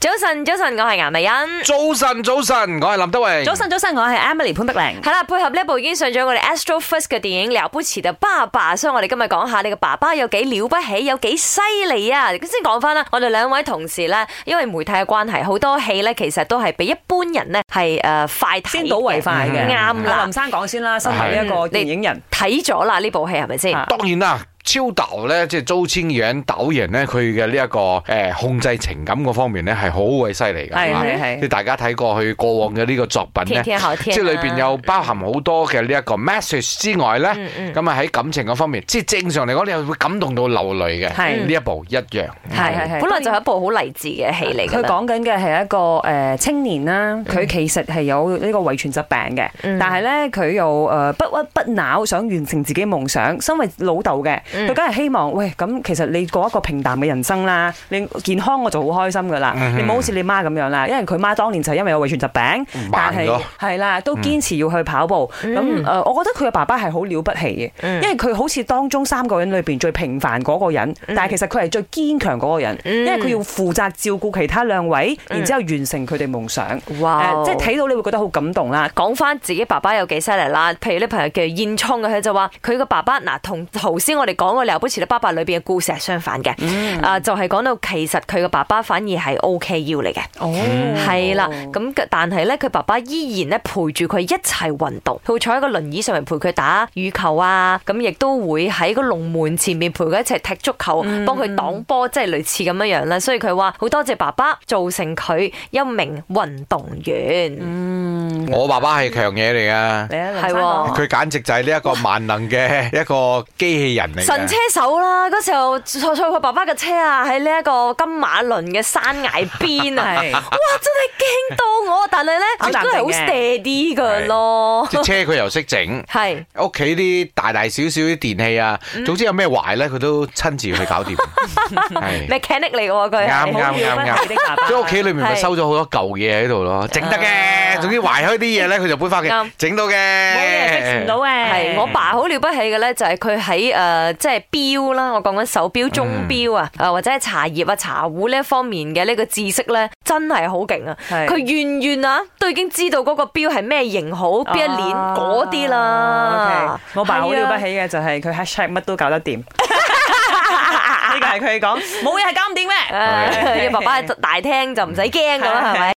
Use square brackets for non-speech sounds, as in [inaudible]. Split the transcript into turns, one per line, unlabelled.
早晨，早晨，我係顏美欣。
啊
早晨，早晨，我係林德榮。啊
早晨，早晨，我係 Emily 潘碧玲。
係啦，配合呢部已經上咗我哋 Astro First 嘅電影《了不起的爸爸》，所以我哋今日講下你嘅爸爸有幾了不起，有幾犀利啊！咁先講翻啦，我哋兩位同事咧，因為媒體嘅關係，好多戲咧其實都係比一般人咧係誒快睇嘅
先睹為快嘅，嗯
啱
阿
啦
林，生講先啦，身為一個
係
電影人，
睇咗啦呢部戲係咪先？
啊
當然啦。超導咧，即係周千遠導演咧，佢嘅呢一個誒、呃控制情感嗰方面咧係好鬼犀利㗎，
係
嘛
係係
即係大家睇過佢過往嘅呢個作品
天
咧，
天好天啊，
即係裏邊有包含好多嘅呢一個 message 之外咧，
嗯嗯
咁啊喺感情嗰方面，即係正常嚟講，你係會感動到流淚嘅。
係
呢一部一樣，
係係係
本來就係一部好勵志嘅戲嚟㗎
啊佢
啦。
講緊嘅係一個誒青年啦，佢其實係有呢個遺傳疾病嘅，
嗯
但係咧佢又誒不屈不撓，想完成自己夢想。身為老豆嘅，
嗯
佢梗係希望喂咁，其實你過一個平淡嘅人生啦，你健康我就好開心噶啦，
嗯
你唔好好似你媽咁樣啦，因為佢媽當年就係因為有遺傳疾病，但
嗯慢
係
咗嗯
係啦，都堅持要去跑步。咁
嗯
誒，我覺得佢嘅爸爸係好了不起嘅。
嗯
因為佢好似當中三個人裏邊最平凡嗰個人，
嗯
但係其實佢係最堅強嗰個人，
嗯
因為佢要負責照顧其他兩位，
嗯啊哦
然之後完成佢哋夢想。啊
哇
誒即係睇到你會覺得好感動啦。
講翻自己爸爸有幾犀利啦，譬如呢朋友叫燕聰嘅，佢就話佢個爸爸嗱同頭先我哋講嘅《了不起的爸爸》裏邊嘅故事係相反嘅，啊就係講到其實佢個爸爸反而係 O K U 嚟嘅，
哦，
係啦，咁但係咧佢爸爸依然咧陪住佢一齊運動，佢會坐喺個輪椅上面陪佢打羽球啊，咁亦都會喺個龍門前面陪佢一齊踢足球，幫佢擋波，即係類似咁樣樣啦。所以佢話好多謝爸爸造成佢一名運動員。
我爸爸係強嘢嚟㗎。
你啊林
係
生
喎
講
佢簡直就係呢一個萬能嘅一個機器人嚟嘅。
神車手啦，嗰時候坐坐佢爸爸嘅車啊，喺呢一個金馬倫嘅山崖邊啊，
[laughs] 係
哇，真係驚到我！但係咧，
好
佢都係好
淡定嘅啊
steady 噶咯，啊
即係車佢又識整，
係啊
屋企啲大大小小啲電器啊，
嗯
總之有咩壞咧，佢都親自去搞
[laughs]
掂。係
mechanic 嚟嘅喎佢
啱
係，啊
啱啱啱
你的爸爸
所以屋企裏面咪收咗好多舊嘢喺度咯，整得嘅，總之壞開啲嘢咧，佢就搬翻
啱
嘅，整到嘅。
啊冇嘢 fix 唔到嘅。
係我爸好了不起嘅咧，就係佢喺誒即係錶啦，我講緊手錶、鐘錶啊，
嗯
誒或者係茶葉啊、茶壺呢一方面嘅呢個知識咧，真係好勁啊！
係
佢遠遠啊都已經知道嗰個錶係咩型號、邊一年
啊
嗰啲啦
哦 OK，。我爸好了
係啊
不起嘅就係佢 hashtag 乜都搞
[laughs]
得掂。呢個係佢講冇嘢係搞唔掂
[laughs] 誒，
嘅。
你爸爸喺大廳就唔使驚噶啦，係咪？